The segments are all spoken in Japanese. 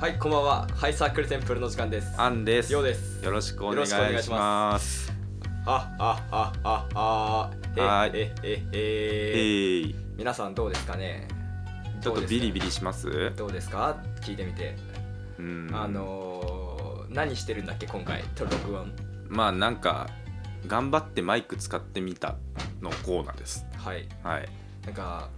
はい、こんばんは。ハイサークルテンプルの時間です。アンです。ようですよろしくおよろ願いしくお願いししま。ますあ、あ、あ、あ、あ、はいえ、え、え、ええ、え。ー、皆さんどうですかねちょっとビリビリします。どうですか聞いてみて。うん。あのー、何してるんだっけ今回、と録音。まあなんか頑張ってマイク使ってみたのコーナーです。はい。はい。なんか、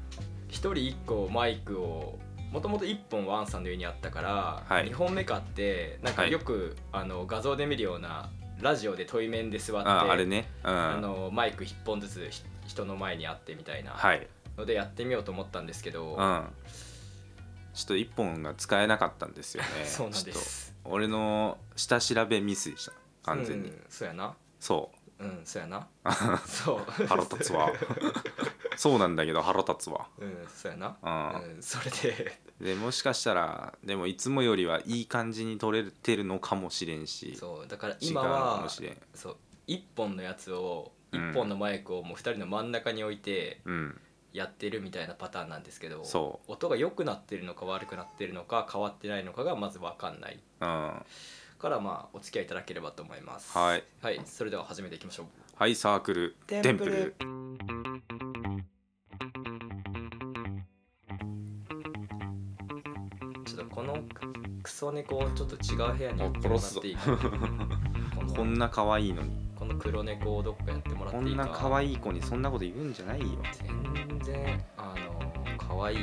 一人一個マイクを、もともと1本ワンさんの家にあったから、はい2本目買って、なんかはいよく、あの画像で見るような、ラジオで対面で座って、ああれね。うん。あのマイク1本ずつひ人の前にあってみたいな。はい。のでやってみようと思ったんですけうど、。ん。ちょっと一本が使えなかったんですよね そうなんでちょっすと俺の下調べミスでした。完全に。うんそうやなそうんそうや なそう。う。腹立つわ そうなんだけど腹立つわ。うんそうやなうん。うんそれででもしかしたらでもいつもよりはいい感じに取れてるのかもしれんしそうだから違う今のかはもしれんそう1本のやつをうん1本のマイクをもう2人の真ん中に置いてうんやってるみたいなパターンなんですけどそ音が良くなってるのか悪くなってるのか変わってないのかがまず分かんないうんはからまあお付き合いいただければと思いますはい、はい、それでは始めていきましょういサークルテンプルちょっとこのクソ猫をちょっと違う部屋にあ置いてもらっ殺すぞていいここんのな可愛いのにこの黒猫をどっかやってもらこっていいんかな可愛い子にそんなこと言うんじゃないよ全然あの可愛い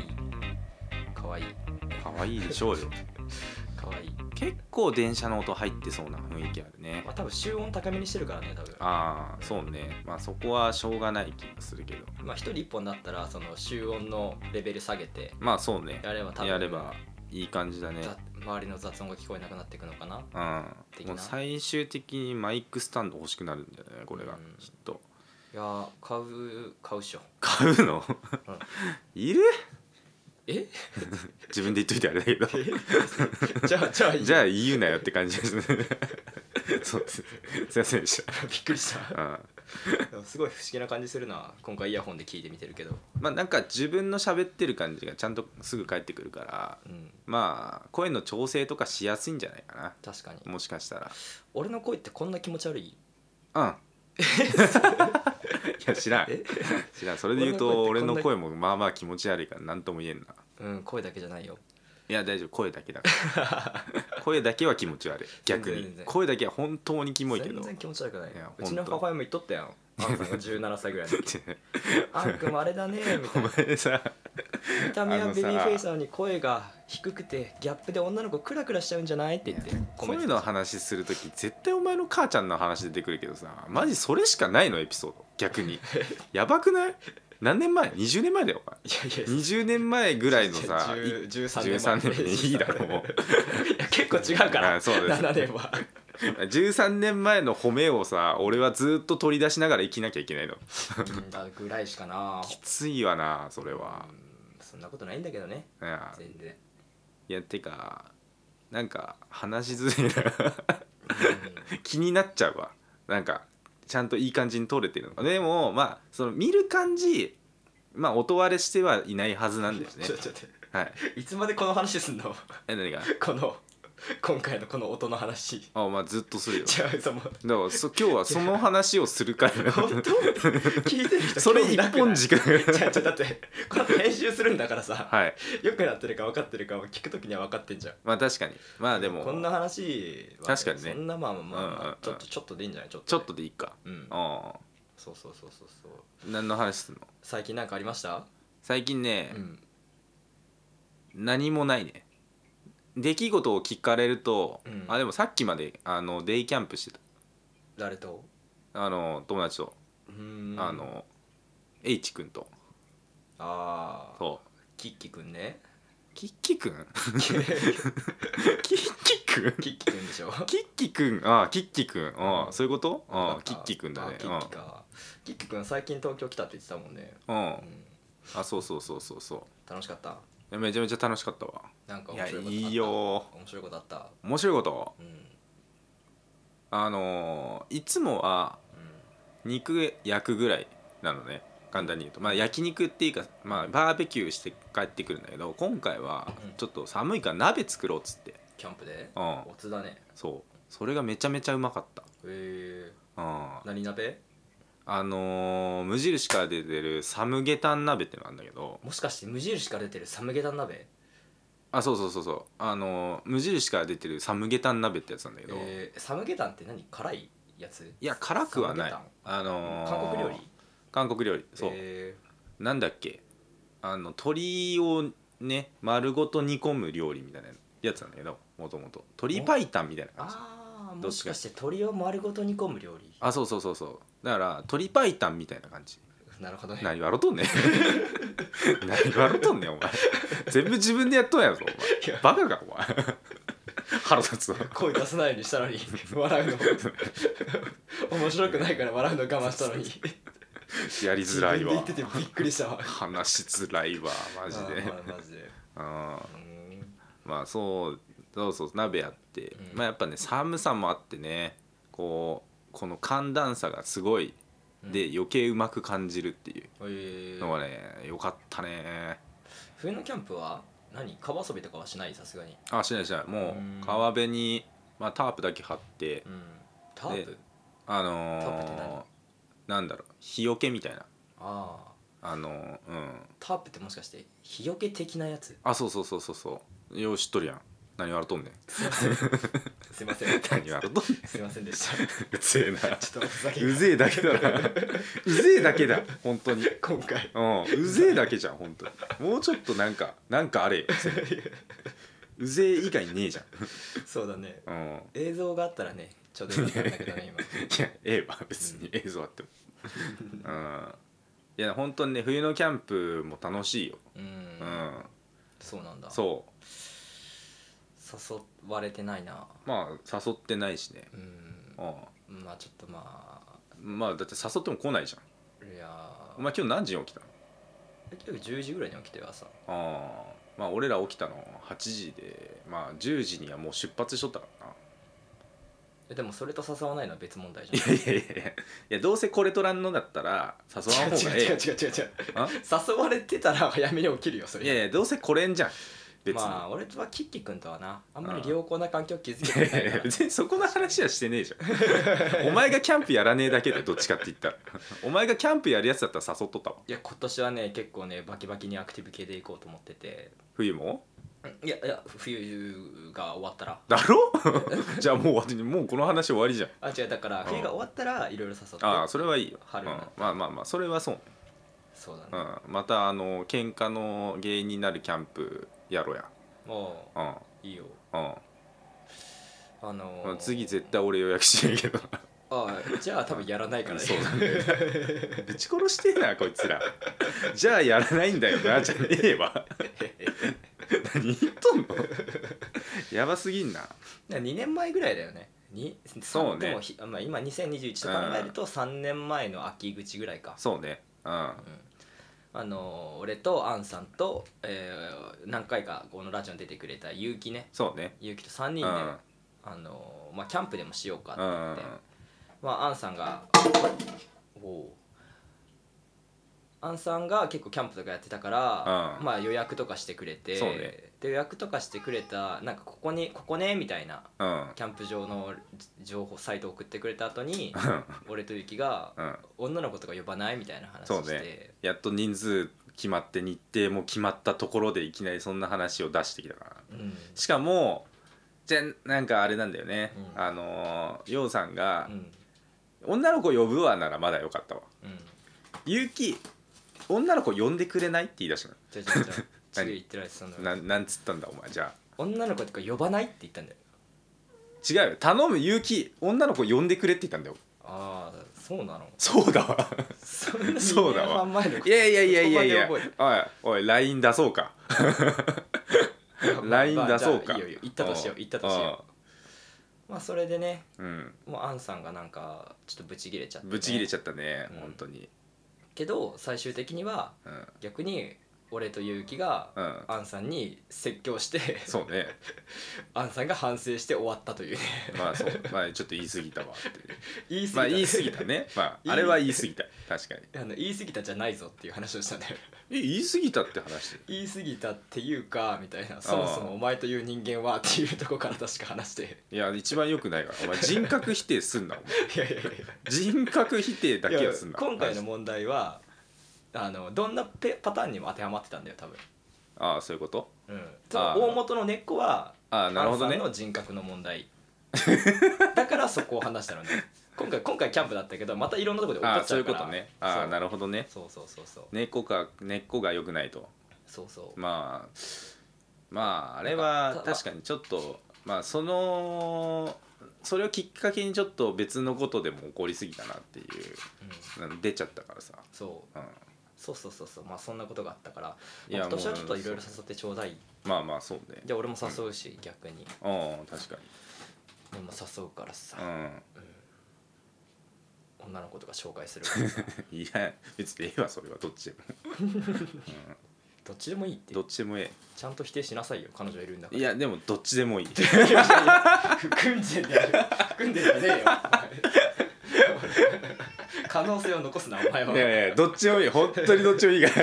可愛い可愛いでしょ うよ可愛い結構電車の音入ってそうな雰囲気あるねまあ多分集音高めにしてるからね多分ああそうねまあそこはしょうがない気がするけどまあ一人一本だったらその集音のレベル下げてまあそうねやれば多分やればいい感じだねざ周りの雑音が聞こえなくなっていくのかなうん、的なもう最終的にマイクスタンド欲しくなるんだよねこれが、うんきっといやー買う買うっしょ買うの、うんいるえ自分で言っといてあれだけ どじゃあじゃあいいよじゃあ言うなよって感じ ですねそうですすいませんでしびっくりしたた、うん、すごい不思議な感じするな今回イヤホンで聞いてみてるけど、まあなんか自分の喋ってる感じがちゃんとすぐ返ってくるからうん、まあ声の調整とかしやすいんじゃないかな確かにもしかしたら俺の声ってこんな気持ち悪い うんいや知らんえ知らんそれで言うと俺俺のの声ってこ声もまあまあ気持ち悪いから何とも言えんなうん声だけじゃないよいや大丈夫声だけだから声だけは気持ち悪い逆全然に全然声だけは本当にキモいけ全ど然気持ち悪くないいやうちのほんと母親も言っとったやんあんさんが17歳ぐらいの時あんくんあれだねみお たいな前さ見た目あはのベビさーフェイスなのに声が低くてギャップで女の子クラクラしちゃうんじゃないって言ってコメン声トの話する時絶対お前の母ちゃんの話出てくるけどさマジそれしかないのエピソード逆 にやばくない何年前20年前だよお前いやいや20年前ぐらいのさいや10 13 13年年前前いいだろもいや 結構違うからあそうです7年はう13年前の褒めをさ俺はずっと取り出しながら生きなきゃいけないのうんだぐらいしかなきついわなそれはう、んそんなことないんだけどねいや全然いやてかなんか話しづらいなう気になっちゃうわなんかちゃんといい感じに撮れてるのでもまあその見る感じまあ音割れしてはいないはずなんんですねちょちょちはいょいつまでこの話すんの え何がこの今回のこの音の話違あまあずっとするよう そのだからそ今日はその話をするから本当聞いてる人 それ一なくな本い時間じゃあじゃあだってこの後編集するんだからさ、はい良くなってるか分かってるかも聞くときには分かってんじゃんまあ確かにまあでもこんな話は確かにねそんなまあまあまあ、うんうんうんちょっとちょっとでいいんじゃないちょっとちょでっとでいいかうんあそうそうそうそうそう何の話すんの最近なんかありました最近ね、うん何もないね出来事を聞かれると、うんあでもさっきまであのデイキャンプしてた誰とあの友達と、うーんあの H 君とああそうキッキくんねキッ キ君キッキッキ君キくんでしょキッキ君ああキッキ君ああそういうことあなんかあキッキ君だあねキッキか。キッキ君最近東京来たって言ってたもんね。うん、うんうん、あそうそうそうそうそうい楽しかった。やめちゃめちゃ楽しかったわなんかい面や白いことあった。いい。よ面白いことあった。面白いことうん。うん。あのーいつもは肉焼くぐらいなのね簡単に言うとまあ焼肉っていうか、まあ、バーベキューして帰ってくるんだけど今回はうんちょっと寒いから鍋作ろうっつってキャンプでうんおつだねそうそれがめちゃめちゃうまかったえうんー、何鍋あのー無印から出てるサムゲタン鍋ってのなんだけどもしかして無印から出てるサムゲタン鍋あそうそうそうそうあのー無印から出てるサムゲタン鍋ってやつなんだけど、えー、サムゲタンって何辛いやついや辛くはないサムゲあタのンー韓国料理韓国料理そう、えなんだっけあの鶏をね丸ごと煮込む料理みたいなやつなんだけどもともと鶏白湯みたいなー、感じあーもどっちしかかして鶏を丸ごと煮込む料理 あそうそうそうそうだから鶏白湯みたいな感じなるほどね何笑う とんねん何笑うとんねんお前全部自分でやっとんやぞおいや前バカかお前腹立つわ声出さないようにしたの に笑うの面白くないから笑うの我慢したのにやりづらいわ自分で言っててびっくりしたわ話しづらいわマジであーまあマジでううんーんまあそうそうそう鍋あって、うんまあやっぱね寒さもあってねこうこの寒暖差がすごいで、余計うまく感じるっていえーうのがねよかったね冬のキャンプは何川遊びとかはしないさすがに、あしないしないもうんう川辺に、まあ、タープだけ張ってうん、タープであタープって何のー、なんだろう日よけみたいなあああのーうんタープってもしかして日よけ的なやつあそうそうそうそうそうよう知っとるやん何笑っとんねんすいませんすいま せん何笑っとんねんすいませんでしたち うぜえょなっとふざけうぜえだけだ なうぜえだけだ本当に今回うん、うぜえだけじゃん本当にもうちょっとなんかなんかあれよせめてうぜえ以外ねえじそうだねゃん、うん、映像があったらねちょうどよかったんだけどね今いやええわ別に映像あってもうんいや本当にね冬のキャンプも楽しいよ うん、うんそうなんだそ誘われてないなうまあ誘ってないしねうんうまあちょっとまあんまあだって誘っても来ないじゃんいやーお前今日何時に起きたの結局10時ぐらいに起きて朝ああまあ俺ら起きたの8時でまあ10時にはもう出発しとったからなえでもそれと誘わないのは別問題いじやいやいやいやいやどうせこれとらんのだったら誘ゃわんん方がええよ違う違う違う違う違うあ誘われてたら早めに起きるよそれいやいやどうせこれんじゃん別に、まあ俺はキッキ君とはなあんまり良好な環境を築けてない いやいかやら 別にそこの話はしてねえじゃんお前がキャンプやらねえだけでどっちかって言ったらお前がキャンプやるやつだったら誘っとったわいや今年はね結構ねバキバキにアクティブ系で行こうと思ってて冬もいやいや冬が終わったらだろじゃあもう終わりもうこの話終わりじゃんあ違うだからん冬が終わったらいろいろ誘ってああそれはいいよ、うん、春になまっあまあまあそれはそう、そうだうねん、またあの喧嘩の原因になるキャンプやろうやもうんういいようあのん、ー次絶対俺予約しないけどあじゃあ多分やらないからねそうなんだよぶち殺してえなこいつらじゃあやらないんだよなじゃねえわ何言っとんのやばすぎんな2年前ぐらいだよねにそうねでもひまあ、今2021と考えると3年前の秋口ぐらいか、そうねうんあのー俺とアンさんと、えー何回かこのラジオに出てくれた結城ねそうね結城と3人うんで、うんあのーまあ、キャンプでもしようかってう言んって、まあ、アンさんがおおアンさんが結構キャンプとかやってたから、うんまあ、予約とかしてくれて、そうねで予約とかしてくれたなんかここにここねみたいなうんキャンプ場の情報サイト送ってくれた後に俺とユキがうん女の子とか呼ばないみたいな話そうして、ねやっと人数決まって日程も決まったところでいきなりそんな話を出してきたからうんしかもじゃなんかあれなんだよね、うんあのーようさんがう、ん女の子呼ぶわ」ならまだよかったわうん結城女の子呼んでくれないって言い出したのじゃあじゃあじゃあ何次言ってられてたんだなんなんつったんだお前じゃあ女の子とか呼ばないって言ったんだよ違うよ頼む結城女の子呼んでくれって言ったんだよああそうなのそうだわそんな そうだわ2年半前のこといやいやいやいやいやそこおまいで覚おい LINE 出そうかえてる LINE 出そうかまあじゃあいいよいいよ行ったとしよううん行ったとしようまあそれでねうんもうアンさんがなんかちょっとブチギレちゃって、ね、ぶち切れゃちゃったねうん本当にけど最終的にはうん逆に俺と結城がうんアンさんに説教してそう ねアンさんが反省して終わったというねまあそうまあちょっと言い過ぎたわっていう 言い過ぎた、まあ言い過ぎたねまああれは言い過ぎた確かに あの言い過ぎたじゃないぞっていう話をしたんだよえ言い過ぎたって話言い過ぎたっていうかみたいなそもそもお前という人間はっていうとこから確か話して いや一番良くないからお前人格否定すんなお前いやいやいや人格否定だけはすんな今回の問題はあのどんなペパターンにも当てはまってたんだよ多分、ああそういうことうん、そあーの大元の根っこはああなるほどアンねさんの人格の問題だからそこを話したのね 今回今回キャンプだったけどまたいろんなところであ落っあこっちそうゃいううこからとねああなるるほどねそうそうそうそう根っこか根っこが良くないとそうそうまあまああれはただ確かにちょっとまあそのそれをきっかけにちょっと別のことでも起こりすぎたなっていううんあの出ちゃったからさ、そううん、そうそうそうそうまあそんなことがあったからいや今年はもうちょっといろいろ誘ってちょうだいまあまあそうねじゃあ俺も誘うし、逆にうん確か俺も誘うからさ、に女の子とか紹介す るからさうんいや別にええわそれはどっちでも、うんどっちでもいいってどっちでもえちゃんと否定しなさいよ彼女いるんだかえらいやでもどっちでもいい組んでんだよ組んでんじゃねえよお前可能性を残すなお前はいやいやどっちでもいい本当にどっちでもいいか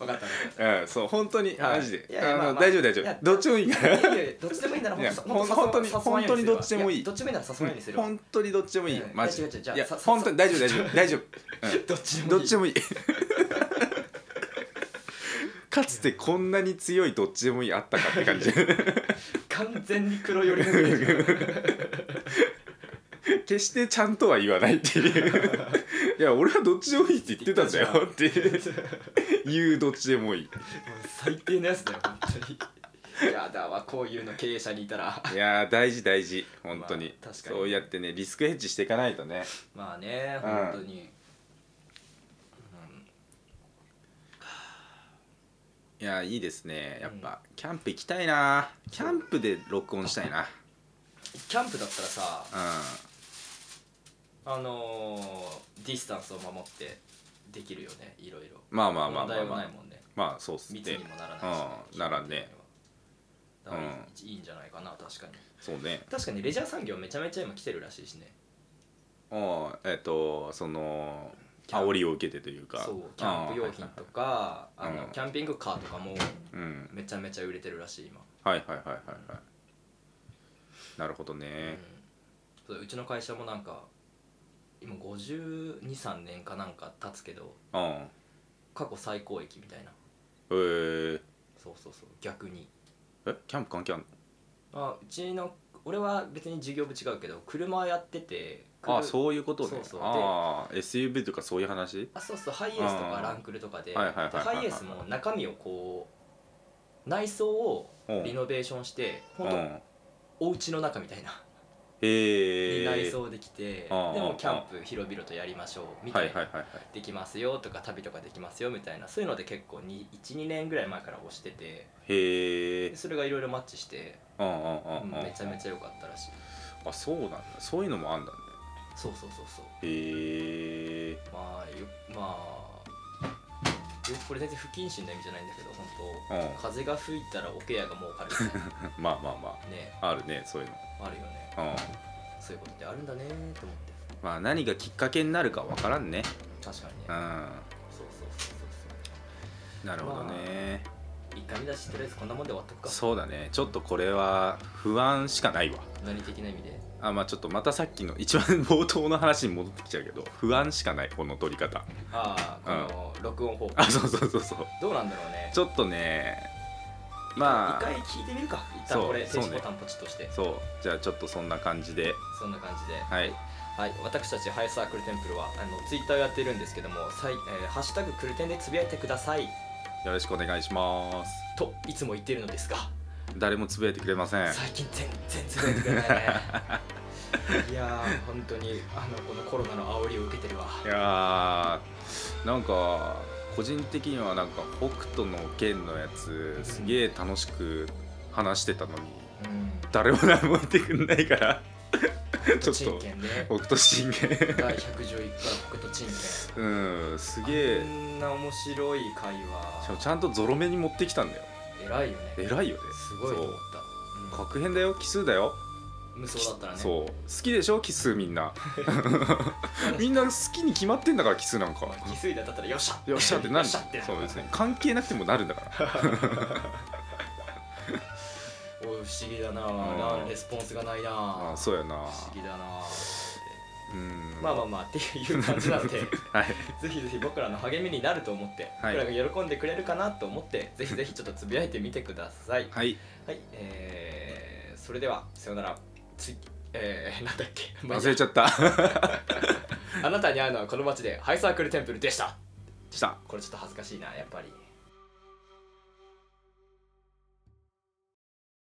分かった分からうんそう本当にはいマジでいやいやあのまあまあ大丈夫大い丈や夫どっちでもいいからたいやいやどっちでもいいならいやほんとほんとに誘わ誘わんようにするわほんとにどっちでもいいやどっちでもいいなら誘わんようにするわ本当にどっちでもいいようんマジいや違う違うじゃあいやささ本当に大丈夫大 丈夫大丈夫どっちでうもいいんどっちでもいいかつてこんなに強いどっちでもいいあったかって 感じ完全に黒寄りのイメージ決してちゃんとは言わないって いういや俺はどっちでもいいって言ってたんだよっていう言うどっちでもいい最低なやつだよ本当にやだわこういうの経営者にいたらいやー大事大事本当に,、まあ確かにそうやってねリスクヘッジしていかないとねまあねうん本当に、いやーいいですねやっぱ、キャンプ行きたいなキャンプで録音したいなキャンプだったらさうあのーディスタンスを守ってできるよねいろいろんまあまあまあ問ま題あもまないあもんねまあそうっすね密にもならないし、うんならんねだからいい,、うんいいんじゃないかな確かにそうね確かにレジャー産業めちゃめちゃ今来てるらしいしねうんえっ、とそのキャン煽りを受けてというかそうキャンプ用品とかうんあのうんキャンピングカーとかもうんめちゃめちゃ売れてるらしい今、はいはいはいはいはいなるほどうんね、そううちの会社もなんか今523年かなんか経つけどうん過去最高益みたいなえー、そうそうそう逆にえキャンプ関係あんのあうちの俺は別に事業部違うけど車やっててあうそういうことねそうそうでああ SUV とかそういう話あそうそうハイエースとかランクルとかでではいはいはいはいはいハイエースも中身をこう内装をうんリノベーションしてう本ん当お家の中みたいな、へえに内装できてでうんもキャンプ広々とやりましょうみはたいいはな、いはいはいできますよとか旅とかできますよみたいなそういうので結構12年ぐらい前から推しててへえでそれがいろいろマッチして、うんうんううんんうんめちゃめちゃ良かったらしいあそうなんだそういうのもあんだねそうそうそうそうへえまあよまあよこれ全然不謹慎な意味じゃないんだけど本う当風が吹いたらおケアが儲かる みたいなんまあまあまねああるねそういうのあるよねうんそういうことってあるんだねと思ってまあ何がきっかけになるかわからんね確かにねうんそうそうそうそうなるほどね、そう一回目だしとりあえずこんなもんで終わっとくかそうだねちょっとこれは不安しかないわ何的な意味であまあちょっとまたさっきの一番冒頭の話に戻ってきちゃうけど不安しかないこの撮り方ああこの録音方法あそうそうそうそうどうなんだろうねちょっとねま一あ回聞いてみるか一旦そうこれそ停うね止ボタンポチッとしてそうじゃあちょっとそんな感じでそんな感じではいはい、私たちハイサークルテンプルはあのツイッターをやっているんですけども「さいえーハッシュタグクルテン」でつぶやいてくださいよろしくお願いしますといつも言っているのですが誰もつぶやいてくれません最近全然つぶやいてくれ ないねいやー本当にあのこのコロナの煽りを受けてるわいやーなんか個人的にはなんか北斗の剣のやつすげえ楽しく話してたのにうん 誰も何も言ってくんないから北斗神拳で 北斗神拳第111回北斗神拳うんすげこえんな面白い会しかも話ちゃんとゾロ目に持ってきたんだよ偉いよね偉いよねすごいと思ったそう格変だよ奇数だよ、うん無双だったらねそう好きでしょ奇数みん なみんな好きに決まってんだから奇数なんかまあ奇数だったらよっしゃ よっしゃってなるよっしゃってそうですね関係なくてもなるんだ からおい不思議だなうんなレスポンスがないなあ不あそうやな思議だなうんまあまあまあっていう感じなの ではいぜひぜひ僕らの励みになると思って、はい僕らが喜んでくれるかなと思ってぜひぜひちょっとつぶやいてみてくださいはいはい、えー、それではさよならついえー、なんだっけ、まあいい忘やれちゃった あなたに会うのはこの街でハイサークルテンプルでしたしたこれちょっと恥ずかしいなやっぱり